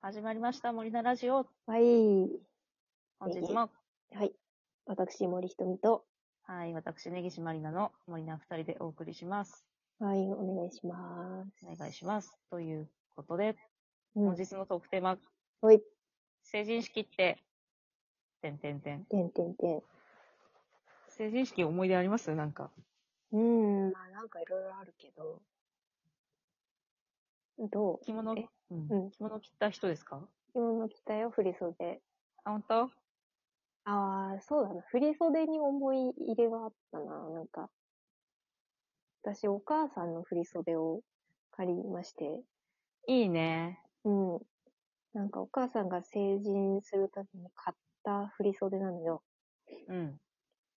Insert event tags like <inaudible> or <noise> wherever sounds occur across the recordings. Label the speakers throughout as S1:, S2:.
S1: 始まりました、森菜ラジオ。
S2: はい。
S1: 本日も、
S2: はい。私、森ひとみと、
S1: はい、私、根岸まりなの森菜二人でお送りします。
S2: はい、お願いします。
S1: お願いします。ということで、
S2: う
S1: 本
S2: ん。
S1: 日のトークテーマ、
S2: はい。
S1: 成人式って、てんてんてん。
S2: てんてんてん。
S1: 成人式思い出ありますなんか。
S2: うん、まあなんかいろいろあるけど。ど
S1: 着物、
S2: え
S1: うん
S2: ううん。
S1: 着物着た人ですか
S2: 着物着たよ、振袖。
S1: あ、本当
S2: ああ、そうだな。振袖に思い入れはあったな。なんか、私、お母さんの振袖を借りまして、
S1: いいね。
S2: うん。なんかお母さんが成人するために買った振袖なのよ。
S1: うん。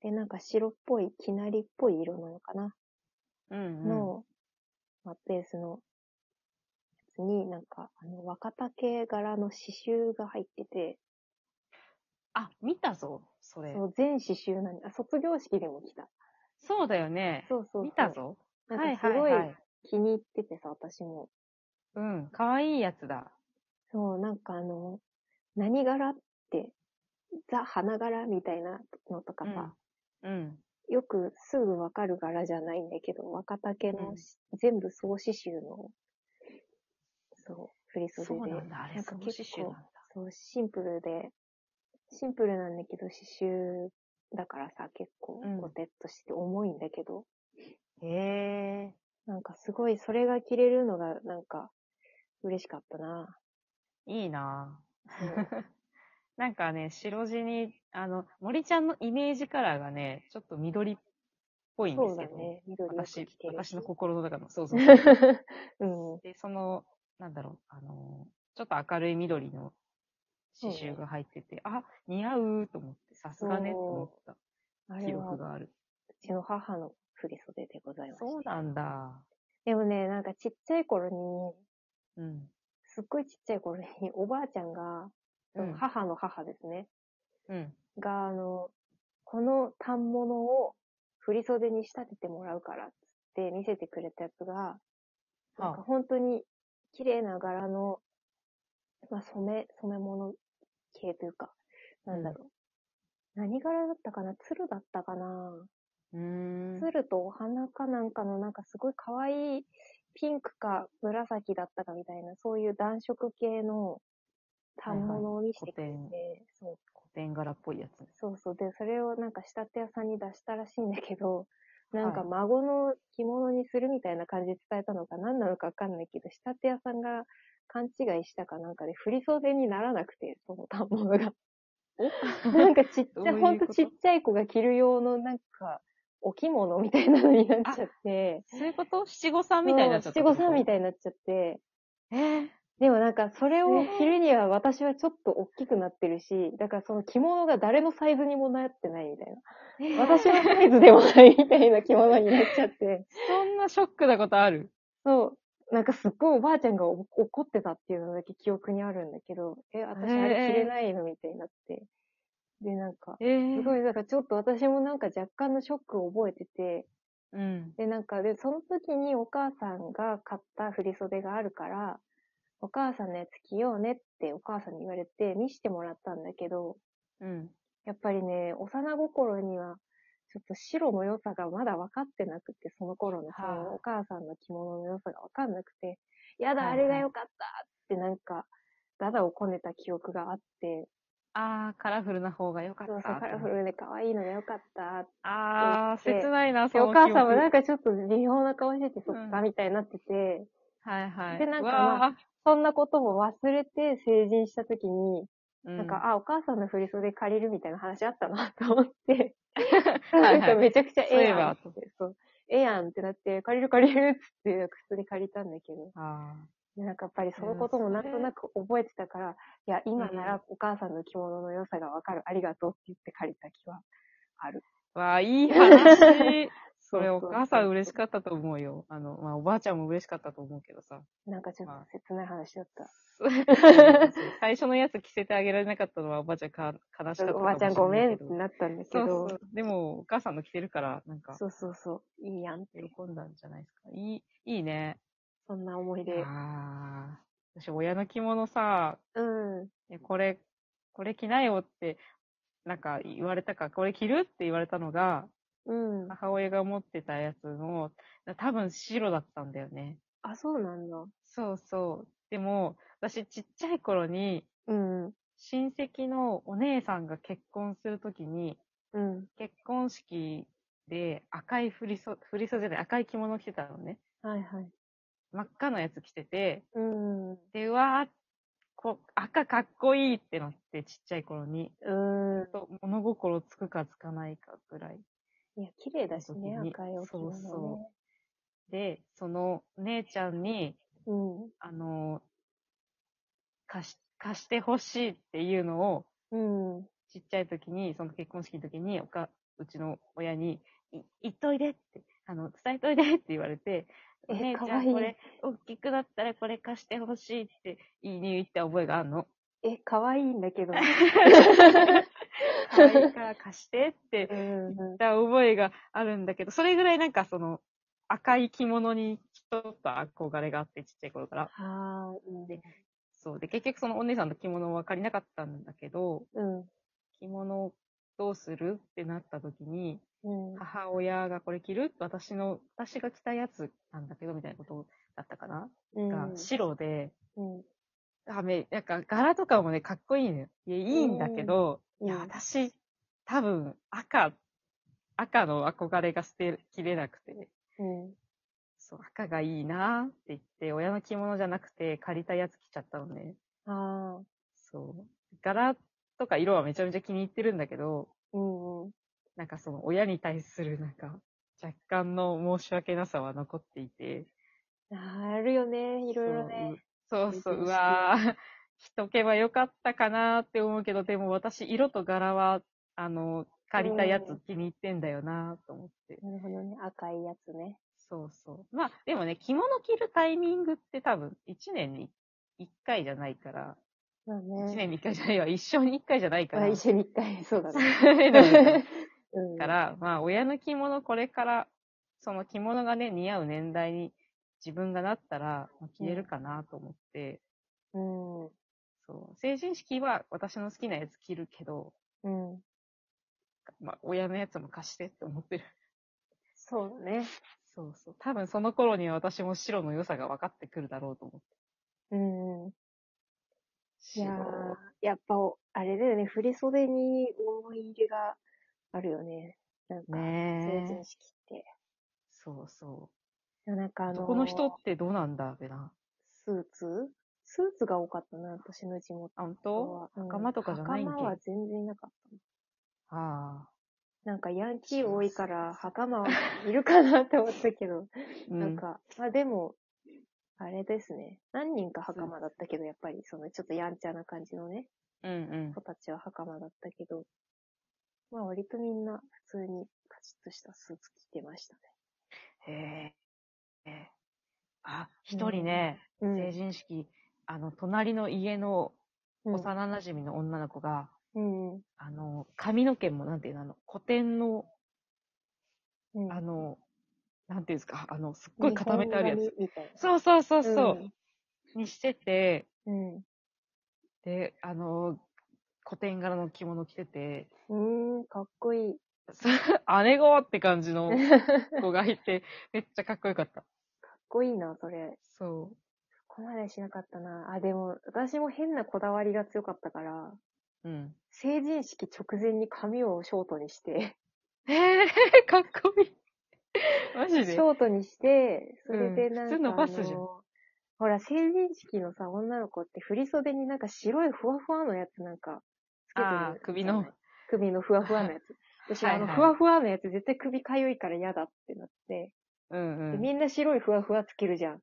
S2: で、なんか白っぽい、きなりっぽい色なのかな、
S1: うん、うん。
S2: の、まあ、ベースのやつに、なんか、あの、若竹柄の刺繍が入ってて、
S1: あ、見たぞ、それ
S2: そ。の全刺繍なんあ、卒業式でも来た。
S1: そうだよね。
S2: そうそうそう
S1: 見た。ぞ。
S2: な
S1: は
S2: ん
S1: い
S2: かす
S1: はい
S2: ごい
S1: はい。
S2: 気に入っててさ、私も。
S1: うん、かわいいやつだ。
S2: そう、なんかあの、何柄って、ザ・花柄みたいなのとかさ、
S1: うん。うん。
S2: よくすぐわかる柄じゃないんだけど、若竹
S1: う
S2: の
S1: ん
S2: し、全部総刺繍の、そう、振り袖
S1: そ
S2: で。
S1: うなんだ、あれ、
S2: なん
S1: そ
S2: か
S1: の刺
S2: 結
S1: 繍なん
S2: 構
S1: だ。
S2: そう、シンプルで、シンプルなんだけど、刺繍だからさ、結構
S1: うん
S2: ゴテッとして重いんだけど、
S1: へえ。
S2: なんかすごいそれが着れるのがなんか嬉しかったな。
S1: いいな
S2: そう
S1: なんかね、白地に、あの、森ちゃんのイメージカラーがね、ちょっと緑っ <laughs> ぽいんで
S2: そう
S1: す
S2: だ
S1: けど、
S2: ね。緑よく
S1: 私
S2: 着、てる
S1: 私
S2: し。
S1: の心の中の、そうそう。
S2: <laughs> うん。
S1: で、その、なんだろう、あの、ちょっと明るい緑の刺繍が入ってて、あ、似合うと思って、さすがね、と思っ
S2: あ
S1: た記
S2: れは、
S1: 録
S2: う
S1: がある。
S2: ちの母の振り袖でございま
S1: そう
S2: す。
S1: なんだ。
S2: でもね、なんかちっちゃい頃
S1: う
S2: に、
S1: ん。
S2: すっごいちっちゃい頃に、 <laughs> おばあちゃんが、その母の母ですね。
S1: うん。
S2: が、あの、この反物を振袖に仕立ててもらうからっつって見せてくれたやつが、なんか
S1: あ、
S2: 本当に綺麗な柄の、まあ染め、染め物系というか、なんだろう。何柄だったかな鶴だったかな、
S1: うーん。
S2: 鶴とお花かなんかのなんかすごい可愛いピンクか紫だったかみたいな、そういう暖色系の反物を見せてくれ
S1: は
S2: て、
S1: いはい
S2: そう。
S1: 古典柄っぽいやつ。 <laughs>
S2: そうそう。で、それをなんか仕立て屋さんに出したらしいんだけど、なんか
S1: はい
S2: 孫の着物にするみたいな感じで伝えたのか何なのかわかんないけど、仕立て屋さんが勘違いしたかなんかで振り袖にならなくて、その反
S1: <laughs>
S2: 物が。なんかちっち
S1: どうい
S2: ゃ
S1: うこ
S2: い、
S1: と
S2: ほんとちっちゃい子が着る用のなんか、お着物みたいなのになっちゃって、
S1: そういうこと七五三みたいになっちゃった。
S2: そう七五三み
S1: い。
S2: たいになっちゃって、
S1: えー
S2: でもなんか、それを
S1: えー
S2: 着るには私はちょっと大きくなってるし、だからその着物が誰のサイズにもなってないみたいな。私のサイズでもないみたいな着物になっちゃって。
S1: そんなショックなことある
S2: そう。なんかすっごいおばあちゃんがお怒ってたっていうのだけ記憶にあるんだけど、え、私あれ着れないのみたいになって。で、なんか、
S1: ええ
S2: すごい、だからちょっと私もなんか若干のショックを覚えてて、
S1: うん。
S2: で、なんか、で、その時にお母さんが買った振り袖があるから、お母さんのやつ着ようねってお母さんに言われて見してもらったんだけど、
S1: うん。
S2: やっぱりね、幼心には、ちょっと白の良さがまだ分かってなくて、その頃のそ
S1: はい
S2: のお母さんの着物の良さが分かんなくて、やだ、
S1: はい
S2: あ
S1: はい
S2: れが良かったってなんか、ダダをこねた記憶があって、
S1: あー、カラフルな方が良かった。
S2: そうそう、カラフルで可愛いのが良かったっ
S1: あー、
S2: で
S1: 切ないな、
S2: て、
S1: その
S2: お母さんも
S1: は
S2: ないんかちょっと微妙な顔してて、そっ
S1: う
S2: か、
S1: ん
S2: みたいになってて、
S1: はい。
S2: でなんか
S1: うわー
S2: そんなことも忘れて成人した時に、
S1: うん
S2: なんか、あ、お母さんの振り袖借りるみたいな話あったなと思って、
S1: はいはい
S2: <laughs> なんかめちゃくちゃええやんっ
S1: そうい
S2: て、そう。ええやんってなって、借りる借りるっつって、普通に借りたんだけど、
S1: あ
S2: なんかやっぱりそのこともなんとなく覚えてたから、いや、今ならお母さんの着物の良さがわかる、ありがとうって言って借りた気はある。
S1: ー。わー、いい
S2: <laughs>
S1: 話。それ
S2: う
S1: お
S2: う
S1: 母さん嬉しかったと思うよ。あの、まあ、おばあちゃんも嬉しかったと思うけど
S2: <laughs>
S1: さ。
S2: なんかちょっと切ない話だった。
S1: 最初のやつ着せてあげられなかったのはおばあちゃんか悲しかったかもしれないけど。
S2: おばあちゃんごめんってなったんだけ
S1: そう
S2: ど、
S1: そう。でも、お母さんの着てるから、なんか、
S2: そうそうそう、いいやんって、
S1: 喜んだんじゃないですか。いい、いいね。
S2: そんな思い出。
S1: ああ。私、親の着物さ、
S2: うん。
S1: えこれ、これ着なよって、なんか言われたか、これ着るって言われたのが、
S2: うん。
S1: 母親が持ってたやつの、多分白だったんだよね。
S2: あ、そうなんだ。
S1: そうそう。でも、私ちっちゃい頃に、
S2: うん。
S1: 親戚のお姉さんが結婚するときに、
S2: うん。
S1: 結婚式で赤い振り袖、振り袖じゃない、赤い着物着てたのね。
S2: はいはい。
S1: 真っ赤のやつ着てて、
S2: うん。う
S1: で、うわーこ赤かっこいいってなって、ちっちゃい頃に。
S2: ん。
S1: と物心つくかつかないかぐらい。
S2: いや、綺麗だしね、
S1: そう
S2: 赤いお着物ね。
S1: そうそで、その姉ちゃんに、
S2: うん。
S1: あの貸し、貸してほしいっていうのを、
S2: うん。
S1: ちっちゃい時に、その結婚式の時に、おか、うちの親に、い、言っといでって、あの、伝えといでって言われて、
S2: え
S1: お姉ちゃ
S2: かわいい
S1: んこれ、大きくなったらこれ貸してほしいって言いに行った覚えがある
S2: <laughs>
S1: の。
S2: え、可愛いんだ
S1: <laughs>
S2: けど。
S1: 可愛いから貸してって
S2: うん
S1: 言っ
S2: う
S1: た覚えがあるんだけど、それぐらいなんかその、赤い着物にちょっと憧れがあって、ちっちゃい頃から。
S2: ん。はあ、うん。
S1: でそう。で、結局そのお姉さんの着物は借りなかったんだけど、
S2: うん。
S1: 着物どうするってなった時に、
S2: うん。
S1: 母親がこれ着る私の、私が着たやつなんだけど、みたいなことだったかな、
S2: うん
S1: が白で、
S2: うん。
S1: あめ、なんか柄とかもね、かっこいいのよ。いや、いいんだけど、
S2: うん
S1: いや、
S2: うん
S1: 私、多分、赤、赤の憧れが捨てきれなくて、
S2: うん。
S1: そう、赤がいいなって言って、親の着物じゃなくて、借りたやつ着ちゃったのね。
S2: ああ、
S1: そう。柄とか色はめちゃめちゃ気に入ってるんだけど、
S2: うんうん。
S1: なんかその親に対するなんか若干の申し訳なさは残っていて。
S2: あーあるよね、いろいろね。
S1: そう。そうそう、
S2: うん
S1: うわぁ、着とけばよかったかなって思うけど、でも私色と柄は、あの、借りたやつ気に入ってんだよなと思って。
S2: なるほどね、赤いやつね。
S1: そうそう。まあでもね、着物着るタイミングって多分1年に1回じゃないから、
S2: まあ
S1: 1
S2: ね。
S1: 年に1回じゃないわ、一生に1回じゃないか
S2: まあ
S1: ら。
S2: 一緒に一回、そうだね。
S1: <laughs>
S2: <laughs> うん。
S1: か、ら、まあ、親の着物、これから、その着物がね、似合う年代に自分がなったら、まあ着れるかなと思って、
S2: うん。う
S1: そう、成人式は私の好きなやつ着るけど、
S2: ん。
S1: まあ、親のやつも貸してって思ってる。
S2: そうだね。
S1: そうそう。多分その頃には私も白の良さが分かってくるだろうと思って。
S2: うんうん。いやー
S1: 白。
S2: やっぱ、あれだよね、振り袖に思い入れがあるよね。なんか、成
S1: ね
S2: 人
S1: え。
S2: 式って。
S1: そうそ
S2: いやなんかあ
S1: う。
S2: のー、
S1: 男の人ってどうなんだべな。
S2: スーツスーツが多かったな、私の地元
S1: あ、本
S2: は
S1: 当。袴とかじゃないんけ
S2: 袴は全然いなかった。
S1: ああ。
S2: なんかヤンキー多いから、袴はいるかなって思ったけど、
S1: う
S2: なんか、まあでも、あれですね。何人か袴だったけど、やっぱりそのちょっとやんちゃな感じのね、
S1: うんうん
S2: 子。たちは袴だったけど、まあ割とみんな普通にカチッとしたスーツ着てましたね。
S1: へえ。あ、一人ね、
S2: うん
S1: 成人式、あの、隣の家の
S2: うん
S1: 幼馴染の女の子が、
S2: うんうん。
S1: あの、髪の毛も、なんていうの、あの、古典の、
S2: うん
S1: あ、の、なんていうんですか、あの、すっごい固めてあるや
S2: 日
S1: つ
S2: 本。髪みたい
S1: そうそうそう
S2: な。
S1: そう、にしてて、
S2: うん。
S1: で、あの、古典柄の着物着てて、
S2: うん。うーん、かっこいい。
S1: 姉子って感じの
S2: かっ
S1: 子がいて、めっちゃかっこよかった。
S2: こいいな、それ。
S1: そ
S2: ここまでしなかったな。あ、でも、私も変なこだわりが強かったから、
S1: う。うん。
S2: 成人式直前に髪をショートにして、
S1: ええ
S2: <laughs>
S1: かっこいい。マ
S2: シ
S1: ジで
S2: ョートにして、それで
S1: うん
S2: なん
S1: 普
S2: か、
S1: 通伸ばすじゃん
S2: あのほら、成人式のさ、女の子って振り袖になんか白いふわふわのやつなんか、つけてる
S1: あー首の。
S2: 首のふわふわのや
S1: <laughs>
S2: つ。私、
S1: はい
S2: あの、
S1: はい
S2: ふわふわのやつ絶対首かゆいから嫌だってなって、
S1: うんう
S2: で
S1: ん。
S2: みんな白いふわふわつけるじゃん。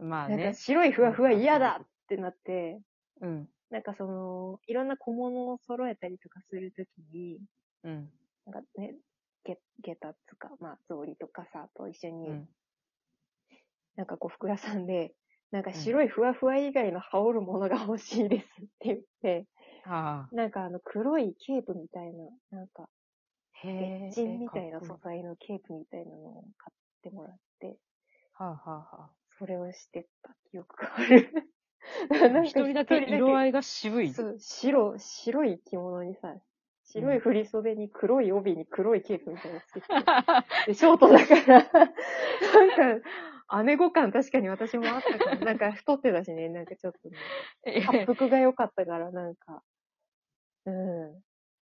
S1: まあ
S2: なんか
S1: ね。
S2: 白いふわふわ嫌だってなって、
S1: うん。
S2: なんかその、いろんな小物を揃えたりとかするときに、
S1: うん。
S2: なんかね、げ、げたつか、まあ、草履とかさ、と一緒
S1: う
S2: に、
S1: ん。
S2: なんかこう服屋さんで、なんか白いふわふわ以外の羽織るものが欲しいですって言って、
S1: ああ。
S2: なんかあの黒いケープみたいな、なんか、
S1: へえ。
S2: 別人みたいな
S1: かっ
S2: 素
S1: こ
S2: 材のケープみたいなのを買ってもらって、
S1: いいはあはあはあ。 <laughs>
S2: それをしてた記憶がある。 <laughs> なんか
S1: 一人だけ色合いが渋い。
S2: そう、白、白い着物にさ、白い振り袖に黒い帯に黒いケープみたいなのつけてて、でショートだから、なんか、姉御感確かに私もあったから、なんか太ってたしね、なんかちょっとね、
S1: <laughs> え
S2: 発服が良かったから、なんか、うん。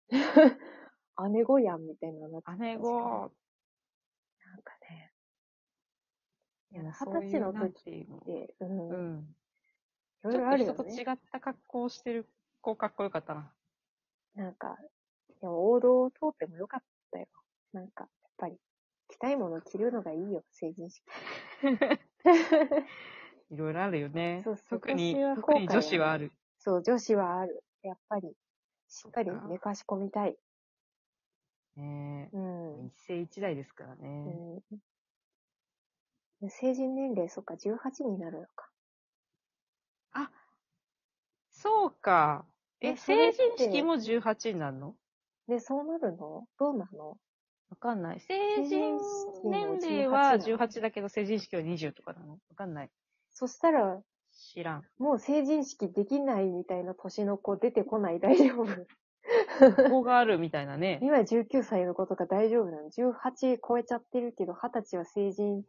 S2: <laughs> 姉御やんみたいなのになってた
S1: 姉子。
S2: なんかね、
S1: いや
S2: 二十歳の時
S1: そういうなんていうの
S2: で、う、
S1: うん
S2: い
S1: ん。
S2: ろ
S1: ち
S2: い
S1: ょ
S2: ろ
S1: っ
S2: あ
S1: と
S2: る
S1: 人
S2: よ
S1: と
S2: ね。
S1: 違った格好をしてる子かっこよかったな。
S2: なんか、でも王道を通ってもよかったよ。なんか、やっぱり、着たいものを着るのがいいよ、成人式。
S1: いろいろあるよね。
S2: そうそう
S1: 特に
S2: 今年は、後悔
S1: 特に女子はある。
S2: そう、女子はある。やっぱり、しっかり
S1: そうか
S2: 寝かし込みたい。
S1: ねえ
S2: うん。
S1: 一世一代ですからね。
S2: うん、成人年齢、そっか、18になるのか。
S1: そうか。
S2: い
S1: え、
S2: やそ
S1: 成
S2: れって
S1: 人式も18になるの
S2: で、そうなるのどうなの
S1: わかんない。成人
S2: 人式の
S1: 年齢は
S2: 18
S1: 18だけど、成人式は20とかなのわかんない。
S2: そしたら、
S1: 知
S2: <laughs>
S1: らん。
S2: もう成人式できないみたいな年の子出てこない大丈夫 <laughs>
S1: ここがあるみたいなね。
S2: 今19歳の子とか大丈夫なの ?18 超えちゃってるけど、20歳は成人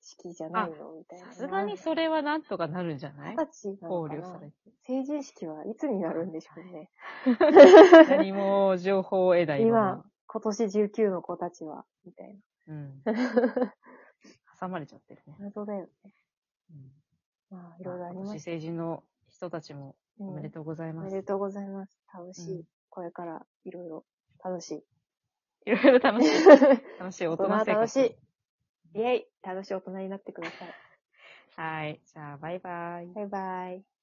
S2: 式じゃないのみたいな。
S1: さすがにそれはなんとかなるんじゃない
S2: 20歳な
S1: 考
S2: のか
S1: 慮
S2: な
S1: されて。
S2: 成人式はいつになるんでしょうね。
S1: 何も情報を得
S2: <laughs>
S1: ないまま。
S2: 今年19の子たちは、みたいな。 <laughs>
S1: うん。挟まれちゃってるね。
S2: 謎だよね。
S1: うん
S2: まあ、いろいろあり
S1: 今
S2: ま
S1: 年
S2: し
S1: 成人の人たちも
S2: た。
S1: おめで
S2: と
S1: とうござい
S2: うん。お
S1: ま
S2: め
S1: す。
S2: でとうございます。楽しい。
S1: うん
S2: これからいろいろ楽しい。
S1: いろいろ楽しい。楽しい大人
S2: 大 <laughs> 人は
S1: 生活。
S2: 楽しい。イェイ楽しい大人になってください。
S1: はい。じゃあ、バイバイ。
S2: バイバイ。